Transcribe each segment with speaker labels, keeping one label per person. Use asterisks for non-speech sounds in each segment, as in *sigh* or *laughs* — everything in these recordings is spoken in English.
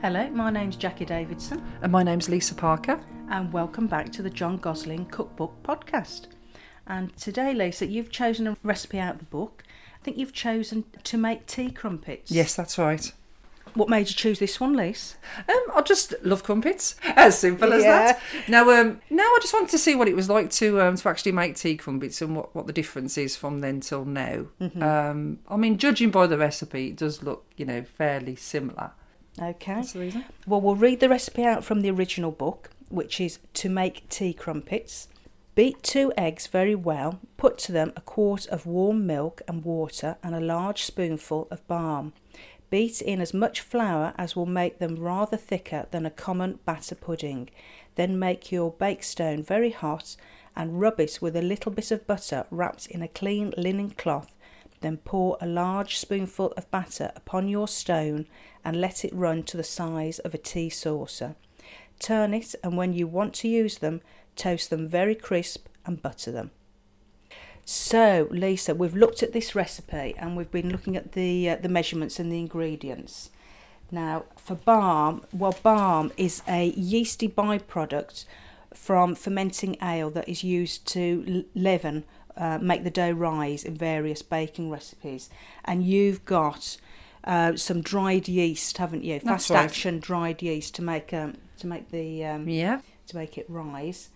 Speaker 1: Hello, my name's Jackie Davidson,
Speaker 2: And my name's Lisa Parker.
Speaker 1: and welcome back to the John Gosling Cookbook Podcast. And today, Lisa, you've chosen a recipe out of the book. I think you've chosen to make tea crumpets.
Speaker 2: Yes, that's right.
Speaker 1: What made you choose this one, Lise?
Speaker 2: Um, I just love crumpets. *laughs* As simple as
Speaker 1: Yeah.
Speaker 2: that. Now, um, now I just wanted to see what it was like to um, to actually make tea crumpets and what, what the difference is from then till now. Um, I mean, judging by the recipe, it does look you know fairly similar.
Speaker 1: Okay.
Speaker 2: the reason.
Speaker 1: Well, we'll read the recipe out from the original book, which is to make tea crumpets. Beat two eggs very well, put to them a quart of warm milk and water and a large spoonful of balm. Beat in as much flour as will make them rather thicker than a common batter pudding. Then make your bakestone very hot and rub it with a little bit of butter wrapped in a clean linen cloth then pour a large spoonful of batter upon your stone and let it run to the size of a tea saucer. Turn it, and when you want to use them, toast them very crisp and butter them. So, Lisa, we've looked at this recipe and we've been looking at the uh, the measurements and the ingredients. Now, for balm, well, balm is a yeasty byproduct from fermenting ale that is used to l- leaven, uh, make the dough rise in various baking recipes. And you've got uh, some dried yeast, haven't you?
Speaker 2: That's
Speaker 1: Fast
Speaker 2: right.
Speaker 1: action dried yeast to make um, to make the um,
Speaker 2: Yeah.
Speaker 1: to make it rise.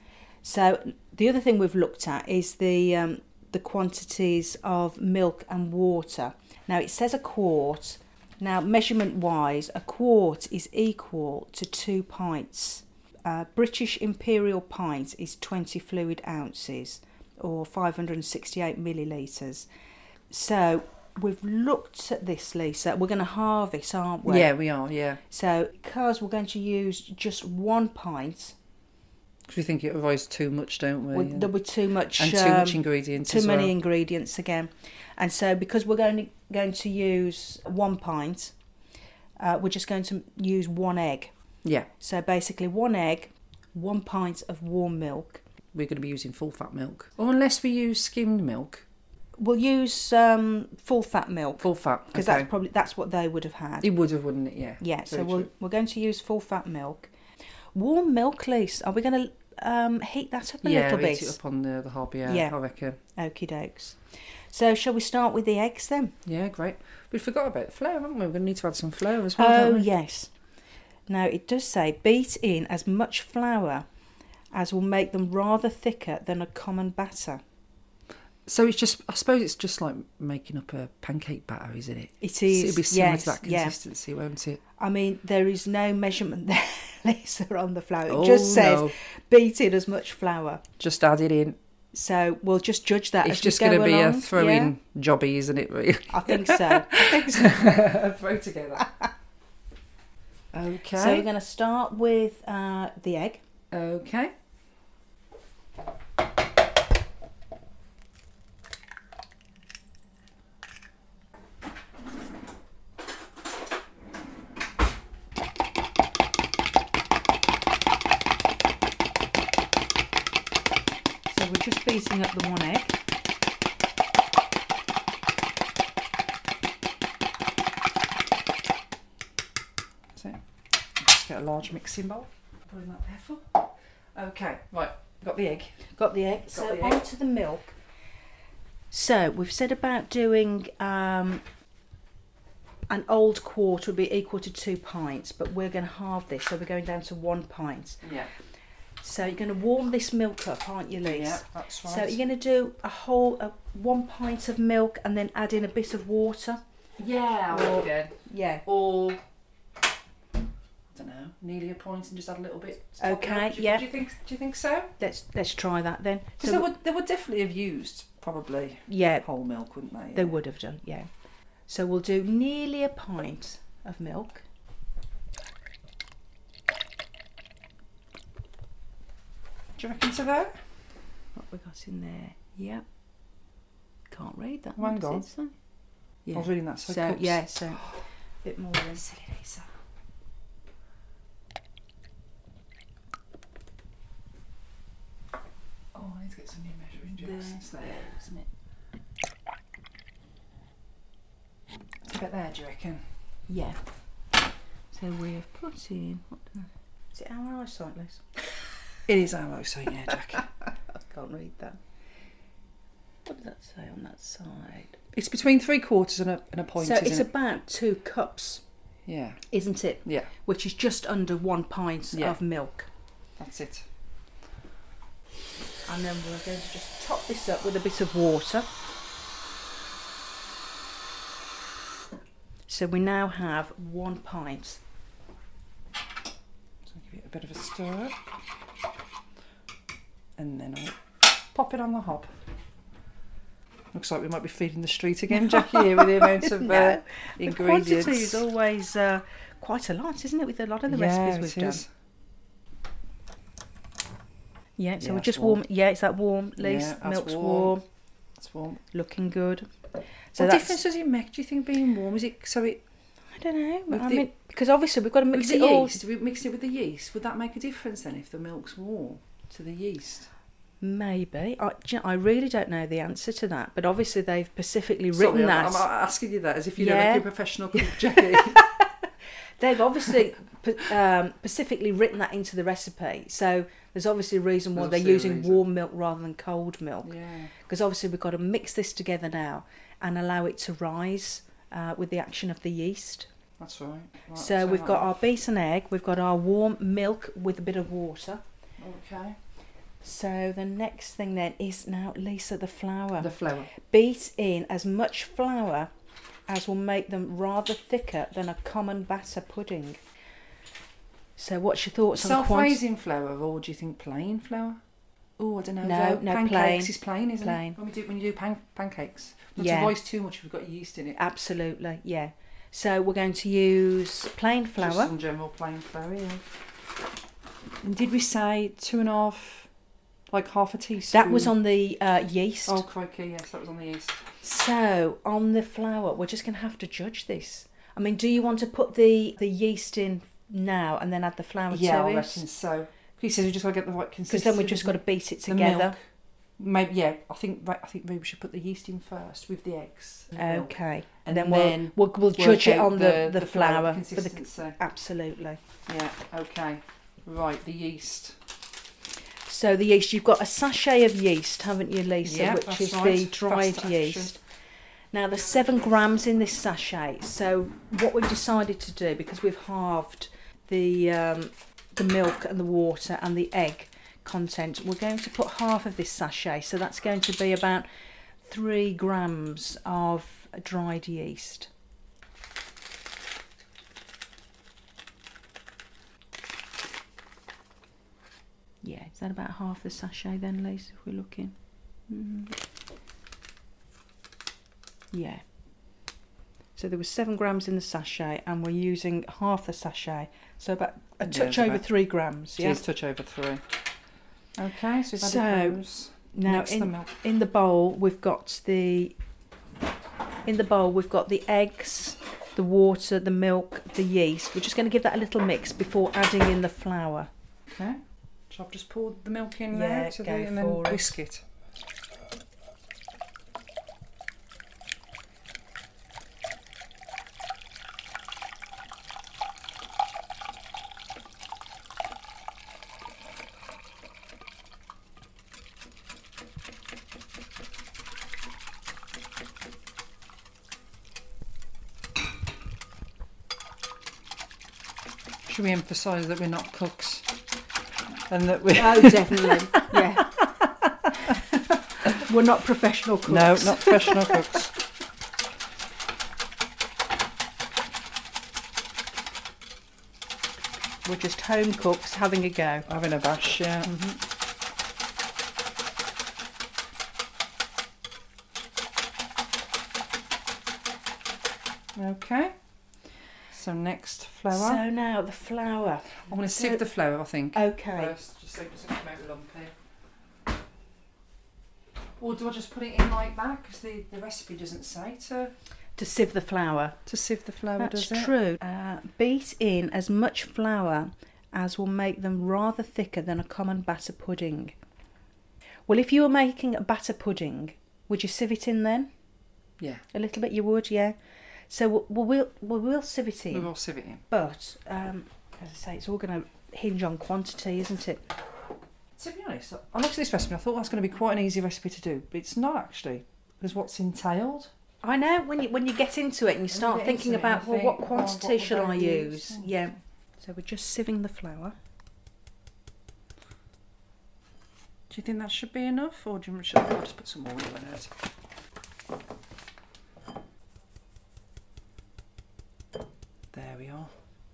Speaker 1: So the other thing we've looked at is the um, the quantities of milk and water. Now it says a quart. Now measurement wise, a quart is equal to two pints. Uh, British imperial pint is 20 fluid ounces or 568 millilitres. So we've looked at this, Lisa. We're going to halve it, aren't we?
Speaker 2: yeah, we are. Yeah,
Speaker 1: So because we're going to use just one pint,
Speaker 2: because we think it arrives too much, don't we?
Speaker 1: Well,
Speaker 2: Oh, Yeah.
Speaker 1: there'll be too much,
Speaker 2: and too much
Speaker 1: um,
Speaker 2: ingredients.
Speaker 1: too
Speaker 2: as
Speaker 1: many
Speaker 2: well.
Speaker 1: ingredients again. And so, because we're going going to use one pint, uh, we're just going to use one egg.
Speaker 2: Yeah,
Speaker 1: So basically, one egg, one pint of warm milk.
Speaker 2: we're going to be using full fat milk, or unless we use skimmed milk,
Speaker 1: We'll use um, full fat milk
Speaker 2: full fat.
Speaker 1: because that's probably that's what they would have had.
Speaker 2: it would have, wouldn't it? Yeah.
Speaker 1: Yeah, so
Speaker 2: Very
Speaker 1: we're,
Speaker 2: true.
Speaker 1: we're going to use full fat milk. Warm milk, Lise. Are we going to um, heat that up a
Speaker 2: yeah,
Speaker 1: little
Speaker 2: eat
Speaker 1: bit?
Speaker 2: it up on the the hob. Yeah,
Speaker 1: Yeah.
Speaker 2: I reckon.
Speaker 1: Okie dokes. So, shall we start with the eggs then?
Speaker 2: Yeah, great. We forgot about flour, haven't we? We're going to need to add some flour as well.
Speaker 1: Oh,
Speaker 2: don't we?
Speaker 1: yes. Now, it does say beat in as much flour as will make them rather thicker than a common batter.
Speaker 2: So it's just, I suppose it's just like making up a pancake batter, isn't it?
Speaker 1: It
Speaker 2: So
Speaker 1: is.
Speaker 2: It'll be similar
Speaker 1: yes,
Speaker 2: to that
Speaker 1: yeah.
Speaker 2: consistency, won't it?
Speaker 1: I mean, there is no measurement *laughs* there, Lisa, on the flour. It
Speaker 2: Oh,
Speaker 1: just says
Speaker 2: no.
Speaker 1: beat in as much flour.
Speaker 2: Just add it in.
Speaker 1: So we'll just judge that.
Speaker 2: it's
Speaker 1: as
Speaker 2: just
Speaker 1: we
Speaker 2: going
Speaker 1: go
Speaker 2: to be a
Speaker 1: along,
Speaker 2: throw
Speaker 1: yeah?
Speaker 2: in jobby, isn't it? *laughs* Really?
Speaker 1: I think so. I think so.
Speaker 2: throw
Speaker 1: *laughs*
Speaker 2: together. okay.
Speaker 1: So we're going to start with uh, the egg.
Speaker 2: Okay.
Speaker 1: So we're just beating up the one egg.
Speaker 2: So just get a large mixing bowl. Put in that there for. Okay, right. Got the egg.
Speaker 1: Got the egg. so
Speaker 2: the egg.
Speaker 1: onto the milk. So we've said about doing um, an old quart would be equal to two pints, but we're going to halve this, so we're going down to one pint.
Speaker 2: Yeah.
Speaker 1: So you're going to warm this milk up, aren't you, Lise?
Speaker 2: Yeah, that's right.
Speaker 1: So you're going to do a whole a one pint of milk and then add in a bit of water.
Speaker 2: yeah,
Speaker 1: Or-
Speaker 2: again.
Speaker 1: Yeah.
Speaker 2: or I don't know, nearly a point and just add a little bit. to top it
Speaker 1: Okay,
Speaker 2: up. Do you,
Speaker 1: yeah.
Speaker 2: Do you think? Do you think so?
Speaker 1: Let's let's try that then.
Speaker 2: Because they would they would definitely have used probably
Speaker 1: yeah,
Speaker 2: whole milk, wouldn't they?
Speaker 1: they would have done. Yeah. So we'll do nearly a pint of milk.
Speaker 2: Do you reckon so though?
Speaker 1: What we got in there? Yep. Can't read that
Speaker 2: One
Speaker 1: one.
Speaker 2: gone.
Speaker 1: does it say?
Speaker 2: I
Speaker 1: Yeah.
Speaker 2: was reading that. So,
Speaker 1: So,
Speaker 2: cups.
Speaker 1: yeah, so a bit more than
Speaker 2: Silly Lisa. Oh, I need to get some new measuring jars.
Speaker 1: There.
Speaker 2: It's there, isn't it? It's about there, do you reckon?
Speaker 1: yeah.
Speaker 3: So we have put in. What do I-
Speaker 1: Is it our eyesight, Liz?
Speaker 2: It is our eyesight, yeah, Jack.
Speaker 1: I can't read that. What does that say on that side?
Speaker 2: *laughs* it's between three quarters and a, and a point,
Speaker 1: so
Speaker 2: isn't
Speaker 1: it's
Speaker 2: it?
Speaker 1: about two cups,
Speaker 2: Yeah,
Speaker 1: isn't it?
Speaker 2: yeah,
Speaker 1: Which is just under one pint
Speaker 2: Yeah.
Speaker 1: of milk.
Speaker 2: that's it.
Speaker 1: And then we're going to just top this up with a bit of water. So we now have one *laughs* pint.
Speaker 2: So give it a bit of a stir. And then I'll pop it on the hob. Looks like we might be feeding the street again, Jackie, here with the amount *laughs* of uh,
Speaker 1: No, The
Speaker 2: ingredients.
Speaker 1: quantity is always uh, quite a lot, isn't it, with a lot of the
Speaker 2: yeah,
Speaker 1: recipes
Speaker 2: it
Speaker 1: we've done?
Speaker 2: is.
Speaker 1: Yeah, so
Speaker 2: Yeah,
Speaker 1: we
Speaker 2: that's
Speaker 1: just
Speaker 2: warm.
Speaker 1: warm. Yeah, it's that warm,
Speaker 2: Yeah,
Speaker 1: Liz.
Speaker 2: that's
Speaker 1: Milk's
Speaker 2: warm.
Speaker 1: warm.
Speaker 2: It's warm.
Speaker 1: looking good. So
Speaker 2: what
Speaker 1: that's,
Speaker 2: difference does it make, do you think, being warm? Is it so it
Speaker 1: I don't know.
Speaker 2: with
Speaker 1: I
Speaker 2: the-
Speaker 1: mean, because obviously we've got to mix
Speaker 2: with
Speaker 1: it
Speaker 2: the
Speaker 1: all.
Speaker 2: yeast? We mixed it with the yeast. Would that make a difference then if the milk's warm to the yeast?
Speaker 1: Maybe. I, do you know, I really don't know the answer to that, but obviously they've specifically
Speaker 2: Sorry,
Speaker 1: written
Speaker 2: I'm-
Speaker 1: that.
Speaker 2: I'm, asking you that as if you're
Speaker 1: Yeah.
Speaker 2: like a *laughs* professional cook, Jackie.
Speaker 1: They've obviously p- um, specifically written that into the recipe. So there's obviously a reason why
Speaker 2: There's
Speaker 1: they're
Speaker 2: obviously a
Speaker 1: using
Speaker 2: reason.
Speaker 1: warm milk rather than cold milk.
Speaker 2: yeah.
Speaker 1: Because obviously we've got to mix this together now and allow it to rise uh, with the action of the yeast.
Speaker 2: That's right. Right,
Speaker 1: so we've
Speaker 2: that-
Speaker 1: got our beaten egg, we've got our warm milk with a bit of water.
Speaker 2: Okay.
Speaker 1: So the next thing then is now Lisa the flour.
Speaker 2: The flour.
Speaker 1: Beat in as much flour as will make them rather thicker than a common batter pudding. So what's your thoughts on quantity?
Speaker 2: Self-raising flour, or do you think plain flour? Oh, I don't know.
Speaker 1: No, no,
Speaker 2: pancakes
Speaker 1: plain.
Speaker 2: is plain, isn't
Speaker 1: Plain.
Speaker 2: it? When we do when you do pan- pancakes, not
Speaker 1: Yeah.
Speaker 2: to voice too much. if We've got yeast in it.
Speaker 1: Absolutely, yeah. So we're going to use plain flour.
Speaker 2: Just some general plain flour. Yeah. And did we say two and a half, like half a teaspoon?
Speaker 1: that was on the uh, yeast.
Speaker 2: Oh crikey! Yes, that was on the yeast.
Speaker 1: So on the flour, we're just going to have to judge this. I mean, do you want to put the, the yeast in now and then add the flour
Speaker 2: yeah,
Speaker 1: to
Speaker 2: I
Speaker 1: it?
Speaker 2: reckon so. He says we just got to get the right consistency.
Speaker 1: Because then we've just got to beat it
Speaker 2: the milk.
Speaker 1: together.
Speaker 2: Maybe yeah. I think right, I think maybe we should put the yeast in first with the eggs. and the milk.
Speaker 1: Okay.
Speaker 2: And
Speaker 1: And then,
Speaker 2: then
Speaker 1: we'll, we'll, we'll
Speaker 2: Work
Speaker 1: judge it
Speaker 2: out
Speaker 1: on the, the, flour. for the-
Speaker 2: consistency.
Speaker 1: absolutely.
Speaker 2: Yeah, okay. Right, the yeast.
Speaker 1: So the yeast, you've got a sachet of yeast, haven't you, Lisa?
Speaker 2: Yeah,
Speaker 1: which
Speaker 2: that's
Speaker 1: is the
Speaker 2: right.
Speaker 1: dried
Speaker 2: Fast action.
Speaker 1: yeast. Now there's seven grams in this sachet. So what we've decided to do, because we've halved the um, the milk and the water and the egg content, we're going to put half of this sachet. So that's going to be about three grams of dried yeast. Yeah, is that about half the sachet then, Lisa? If we're looking. Mm. Yeah. So there was seven grams in the sachet, and we're using half the sachet, so about a
Speaker 2: Yeah,
Speaker 1: touch
Speaker 2: it's
Speaker 1: over
Speaker 2: about-
Speaker 1: three grams.
Speaker 2: Yeah.
Speaker 1: Yeah.
Speaker 2: touch over three. Okay, so we've added
Speaker 1: So,
Speaker 2: those.
Speaker 1: Now
Speaker 2: Next, the
Speaker 1: in,
Speaker 2: milk.
Speaker 1: in the bowl we've got the in the bowl we've got the eggs, the water, the milk, the yeast. We're just going to give that a little mix before adding in the
Speaker 2: *laughs*
Speaker 1: flour.
Speaker 2: Okay. So I've just poured the milk in
Speaker 1: Yeah,
Speaker 2: there to the,
Speaker 1: go
Speaker 2: and then
Speaker 1: for it.
Speaker 2: whisk it. Should we emphasise that we're not cooks and that we *laughs*
Speaker 3: Oh, definitely. yeah.
Speaker 1: *laughs* We're not professional
Speaker 2: No, not professional cooks.
Speaker 1: We're just home cooks having a go.
Speaker 2: Having a bash, yeah. Okay. So next flour.
Speaker 1: So now the flour.
Speaker 2: I'm going to sieve the flour, I think.
Speaker 1: Okay.
Speaker 2: First, just so it doesn't come out lumpy. Or do I just put it in like that? Because the, the recipe doesn't say to
Speaker 1: To sieve the flour.
Speaker 2: to sieve the flour,
Speaker 1: That's true. Uh, beat in as much flour as will make them rather thicker than a common batter pudding. Well, if you were making a batter pudding, would you sieve it in then?
Speaker 2: Yeah.
Speaker 1: A little bit, you would, yeah. So we'll we'll, we'll, we'll civet
Speaker 2: We
Speaker 1: in,
Speaker 2: will sieve it in.
Speaker 1: but um, as I say, it's all going to hinge on quantity, isn't it?
Speaker 2: To be honest, I looked at this recipe. and I thought that's going to be quite an easy recipe to do, but it's not actually. Because what's entailed?
Speaker 1: I know when you when you get into it and you start
Speaker 2: get
Speaker 1: thinking
Speaker 2: into it,
Speaker 1: about
Speaker 2: you
Speaker 1: well, what
Speaker 2: think, oh,
Speaker 1: quantity
Speaker 2: what
Speaker 1: shall
Speaker 2: would I
Speaker 1: I
Speaker 2: use?
Speaker 1: use?
Speaker 2: Mm.
Speaker 1: Yeah. So we're just sieving the flour.
Speaker 2: Do you think that should be enough, or do you should I just put some more in it? There we are.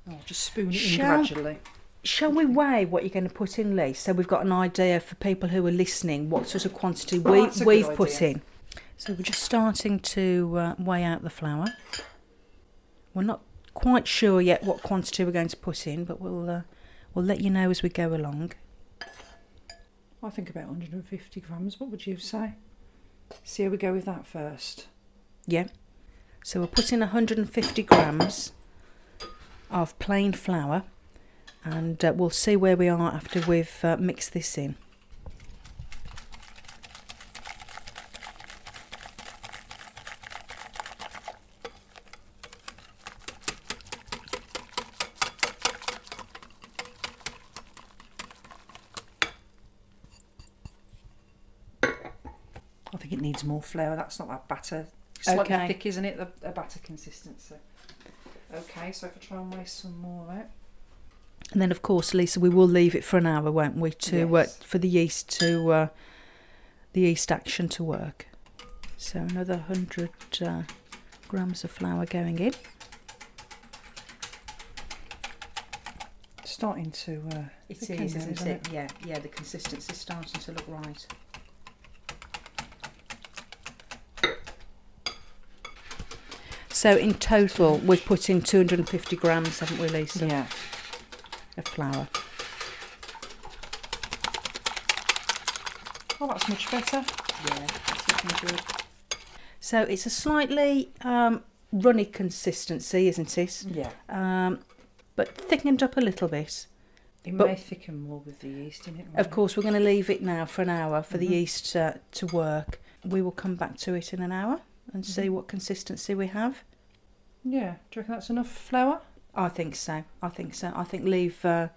Speaker 2: Oh, I'll just spoon it in
Speaker 1: Shall-
Speaker 2: gradually.
Speaker 1: Shall we weigh what you're going to put in, Lee? So we've got an idea for people who are listening what sort of quantity we,
Speaker 2: Oh, that's a good
Speaker 1: we've put
Speaker 2: idea.
Speaker 1: in. So we're just starting to uh, weigh out the flour. We're not quite sure yet what quantity we're going to put in, but we'll uh, we'll let you know as we go along.
Speaker 2: I think about 150 grams. What would you say? See how we go with that first.
Speaker 1: Yeah. So we're putting 150 grams of plain flour, and uh, we'll see where we are after we've uh, mixed this in.
Speaker 2: I think it needs more flour. That's not that batter. It's Slightly
Speaker 1: Okay.
Speaker 2: thick, isn't it? The, the batter consistency. Okay, so if I try and waste some more out.
Speaker 1: And then, of course, Lisa, we will leave it for an hour, won't we, to uh,
Speaker 2: Yes.
Speaker 1: for the yeast to uh, the yeast action to work. So another hundred uh, grams of flour going in.
Speaker 2: Starting to. Uh,
Speaker 1: It
Speaker 2: Okay, is, isn't isn't it?
Speaker 1: Yeah, yeah. The consistency's starting to look right. So in total, we've put in 250 grams, haven't we, Lisa,
Speaker 2: yeah.
Speaker 1: of flour?
Speaker 2: Oh, that's much better.
Speaker 1: Yeah, that's looking good. So it's a slightly um, runny consistency, isn't it?
Speaker 2: Yeah.
Speaker 1: Um, but thickened up a little bit.
Speaker 2: It
Speaker 1: But-
Speaker 2: may thicken more with the yeast in it.
Speaker 1: Of course, we're going to leave it now for an hour for
Speaker 2: Mhm.
Speaker 1: the yeast uh, to work. We will come back to it in an hour and see
Speaker 2: Mm-hmm.
Speaker 1: what consistency we have.
Speaker 2: Yeah. Do you reckon that's enough flour?
Speaker 1: I think so. I think so. I think leave uh,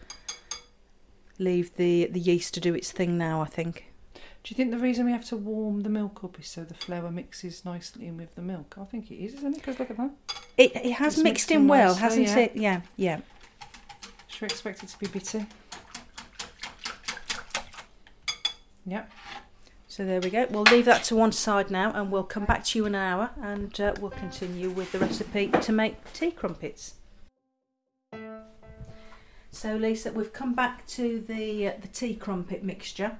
Speaker 1: leave the the yeast to do its thing now. I think.
Speaker 2: Do you think the reason we have to warm the milk up is so the flour mixes nicely in with the milk? I think it is, isn't it? Because look at that.
Speaker 1: It, it has mixed
Speaker 2: It's mixed
Speaker 1: in
Speaker 2: in
Speaker 1: well,
Speaker 2: nicely,
Speaker 1: hasn't
Speaker 2: yeah.
Speaker 1: it? Yeah, yeah.
Speaker 2: Should we expect it to be bitter? Yep.
Speaker 1: So there we go. We'll leave that to one side now, and we'll come back to you in an hour, and uh, we'll continue with the recipe to make tea crumpets. So Lisa, we've come back to the uh, the tea crumpet mixture.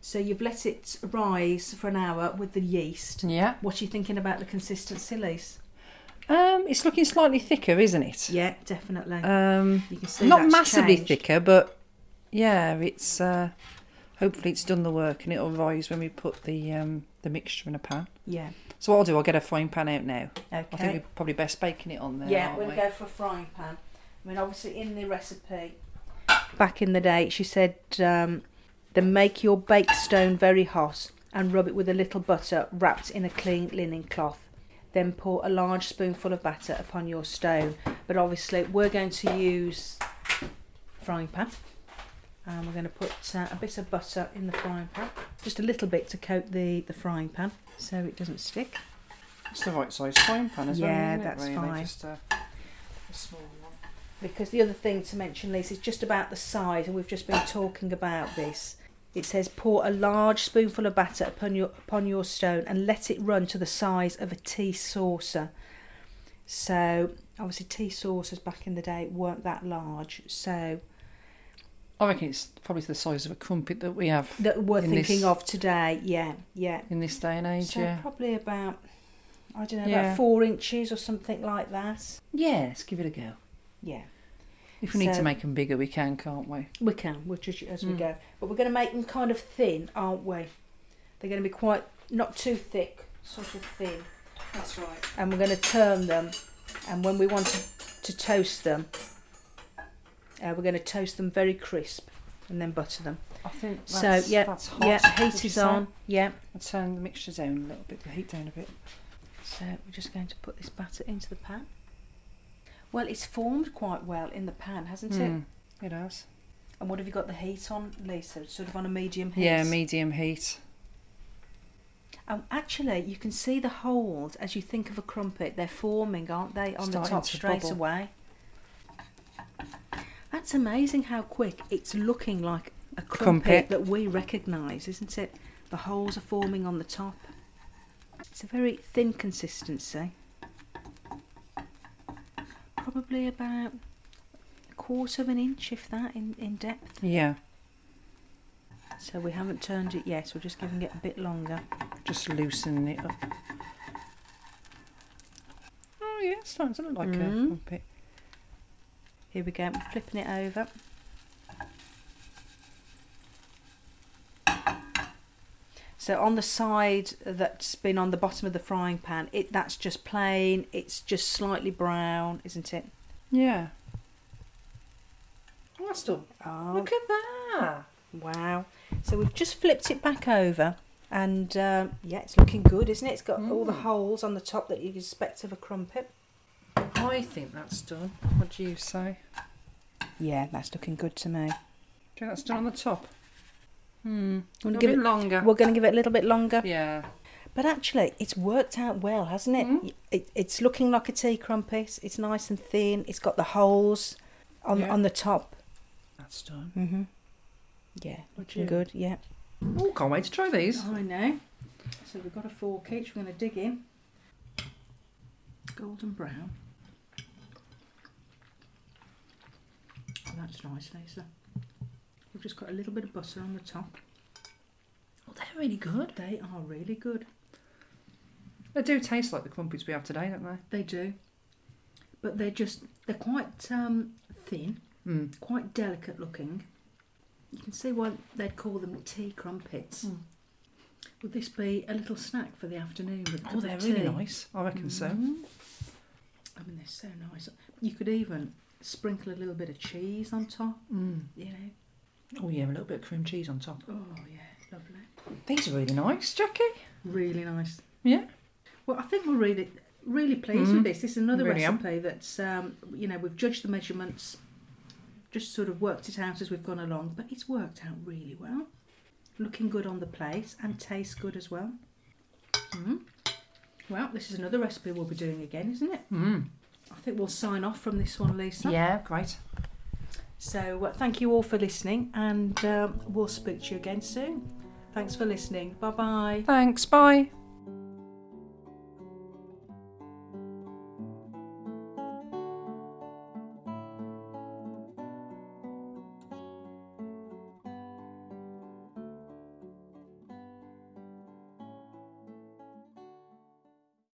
Speaker 1: So you've let it rise for an hour with the yeast.
Speaker 2: Yeah.
Speaker 1: What are you thinking about the consistency, Lisa?
Speaker 2: Um, it's looking slightly thicker, isn't it?
Speaker 1: Yeah, definitely.
Speaker 2: Um,
Speaker 1: you can see
Speaker 2: not
Speaker 1: that's
Speaker 2: massively
Speaker 1: changed.
Speaker 2: thicker, but yeah, it's uh, hopefully it's done the work and it'll rise when we put the um, the mixture in a pan.
Speaker 1: Yeah.
Speaker 2: So what I'll do, I'll get a frying pan out now. I think
Speaker 1: Okay.
Speaker 2: we're probably best baking it on there.
Speaker 1: Yeah,
Speaker 2: aren't
Speaker 1: we're
Speaker 2: we?
Speaker 1: going to go for a frying pan. I mean, obviously, in the recipe back in the day, she said, um, then make your bake stone very hot and rub it with a little butter wrapped in a clean linen cloth. Then pour a large spoonful of batter upon your stone. But obviously, we're going to use frying pan. And we're going to put uh, a bit of butter in the frying pan, just a little bit to coat the, the frying pan so it doesn't stick.
Speaker 2: It's the right size frying pan as well.
Speaker 1: Yeah,
Speaker 2: isn't it,
Speaker 1: that's
Speaker 2: really?
Speaker 1: fine.
Speaker 2: Just a, a small one.
Speaker 1: because the other thing to mention, Lisa, is just about the size, and we've just been talking about this. It says pour a large spoonful of batter upon your upon your stone and let it run to the size of a tea saucer. So obviously tea saucers back in the day weren't that large, so
Speaker 2: I reckon it's probably the size of a crumpet that we have
Speaker 1: that we're
Speaker 2: In
Speaker 1: thinking
Speaker 2: this-
Speaker 1: of today. Yeah, yeah.
Speaker 2: in this day and age.
Speaker 1: So
Speaker 2: yeah.
Speaker 1: probably about I don't know
Speaker 2: Yeah.
Speaker 1: about four inches or something like that.
Speaker 2: Yeah, let's give it a go.
Speaker 1: Yeah.
Speaker 2: If we need
Speaker 1: So-
Speaker 2: to make them bigger, we can, can't we?
Speaker 1: We can, we'll judge it as we
Speaker 2: Mm.
Speaker 1: go. But we're going to make them kind of thin, aren't we? They're going to be quite, not too thick, sort of thin.
Speaker 2: That's right.
Speaker 1: And we're going to turn them. And when we want to, to toast them, uh, we're going to toast them very crisp and then butter them.
Speaker 2: I think
Speaker 1: So,
Speaker 2: that's,
Speaker 1: yeah,
Speaker 2: that's hot.
Speaker 1: Yeah,
Speaker 2: would
Speaker 1: heat
Speaker 2: you
Speaker 1: is
Speaker 2: say?
Speaker 1: on. Yeah.
Speaker 2: I'll turn the mixture down a little bit, the heat down a bit.
Speaker 1: So we're just going to put this batter into the pan. Well, it's formed quite well in the pan, hasn't it?
Speaker 2: Mm. It has.
Speaker 1: And what have you got the heat on, Lisa? It's Sort of on a medium heat.
Speaker 2: Yeah, medium heat.
Speaker 1: Um, actually, you can see the holes as you think of a crumpet. They're forming, aren't they, on the
Speaker 2: Starting
Speaker 1: top
Speaker 2: to
Speaker 1: straight
Speaker 2: bubble.
Speaker 1: away? That's amazing how quick it's looking like a crumpet,
Speaker 2: Crumpet.
Speaker 1: that we recognise, isn't it? The holes are forming on the top. It's a very thin consistency. Probably about a quarter of an inch, if that, in, in depth.
Speaker 2: Yeah,
Speaker 1: So we haven't turned it yet, we're just giving it a bit longer.
Speaker 2: just loosening it up. Oh yeah, it's starting to look like a
Speaker 1: Mm.
Speaker 2: crumpet.
Speaker 1: Here we go, I'm flipping it over. So on the side that's been on the bottom of the frying pan, it that's just plain, it's just slightly brown, isn't it?
Speaker 2: Yeah. Oh, that's done.
Speaker 1: Oh,
Speaker 2: Look at that.
Speaker 1: wow. So we've just flipped it back over and um, yeah, it's looking good, isn't it? It's got all the
Speaker 2: Mm.
Speaker 1: holes on the top that you expect of a crumpet.
Speaker 2: I think that's done. What do you say?
Speaker 1: Yeah, that's looking good to me.
Speaker 2: Do you think that's done on the top? Hmm. A
Speaker 1: Wanna
Speaker 2: little
Speaker 1: give
Speaker 2: bit
Speaker 1: it-
Speaker 2: longer.
Speaker 1: We're going to give it a little bit longer.
Speaker 2: Yeah.
Speaker 1: But actually, it's worked out well, hasn't it?
Speaker 2: Mm.
Speaker 1: it it's looking like a tea crumpet. It's nice and thin. It's got the holes on
Speaker 2: Yeah.
Speaker 1: on the top.
Speaker 2: That's done.
Speaker 1: Mm-hmm. Yeah, looking
Speaker 2: you?
Speaker 1: good. Yeah.
Speaker 2: Oh, can't wait to try these.
Speaker 1: I know. So we've got a fork each. We're going to dig in.
Speaker 3: Golden brown. Oh, that's nice, Lisa.
Speaker 1: We've just got a little bit of butter on the top.
Speaker 2: Oh, they're really good.
Speaker 1: They are really good.
Speaker 2: They do taste like the crumpets we have today, don't they?
Speaker 3: They do. But they're just, they're quite um, thin,
Speaker 2: Mm.
Speaker 3: quite delicate looking. You can see why they'd call them tea crumpets.
Speaker 2: Mm.
Speaker 3: Would this be a little snack for the afternoon? With a cup
Speaker 2: Oh,
Speaker 3: of
Speaker 2: they're really
Speaker 3: tea?
Speaker 2: nice. Mm. I reckon so.
Speaker 3: Mhm. I mean, they're so nice. You could even sprinkle a little bit of cheese on top,
Speaker 2: Mm.
Speaker 3: you know.
Speaker 2: Oh yeah, a little bit of cream cheese on top.
Speaker 3: Oh, yeah, lovely.
Speaker 2: These are really nice, Jackie.
Speaker 3: Really nice.
Speaker 2: Yeah.
Speaker 3: Well, I think we're really, really pleased with
Speaker 2: Mhm.
Speaker 3: this. This is another
Speaker 2: Really am.
Speaker 3: recipe that's, um, you know, we've judged the measurements, just sort of worked it out as we've gone along, but it's worked out really well. Looking good on the plate and tastes good as well.
Speaker 2: Mm-hmm.
Speaker 3: Mm. Well, this is another recipe we'll be doing again, isn't it?
Speaker 2: Mm.
Speaker 3: I think we'll sign off from this one, Lisa.
Speaker 2: Yeah, great.
Speaker 3: So, uh, thank you all for listening, and um, we'll speak to you again soon. Thanks for listening. Bye bye.
Speaker 2: Thanks. Bye.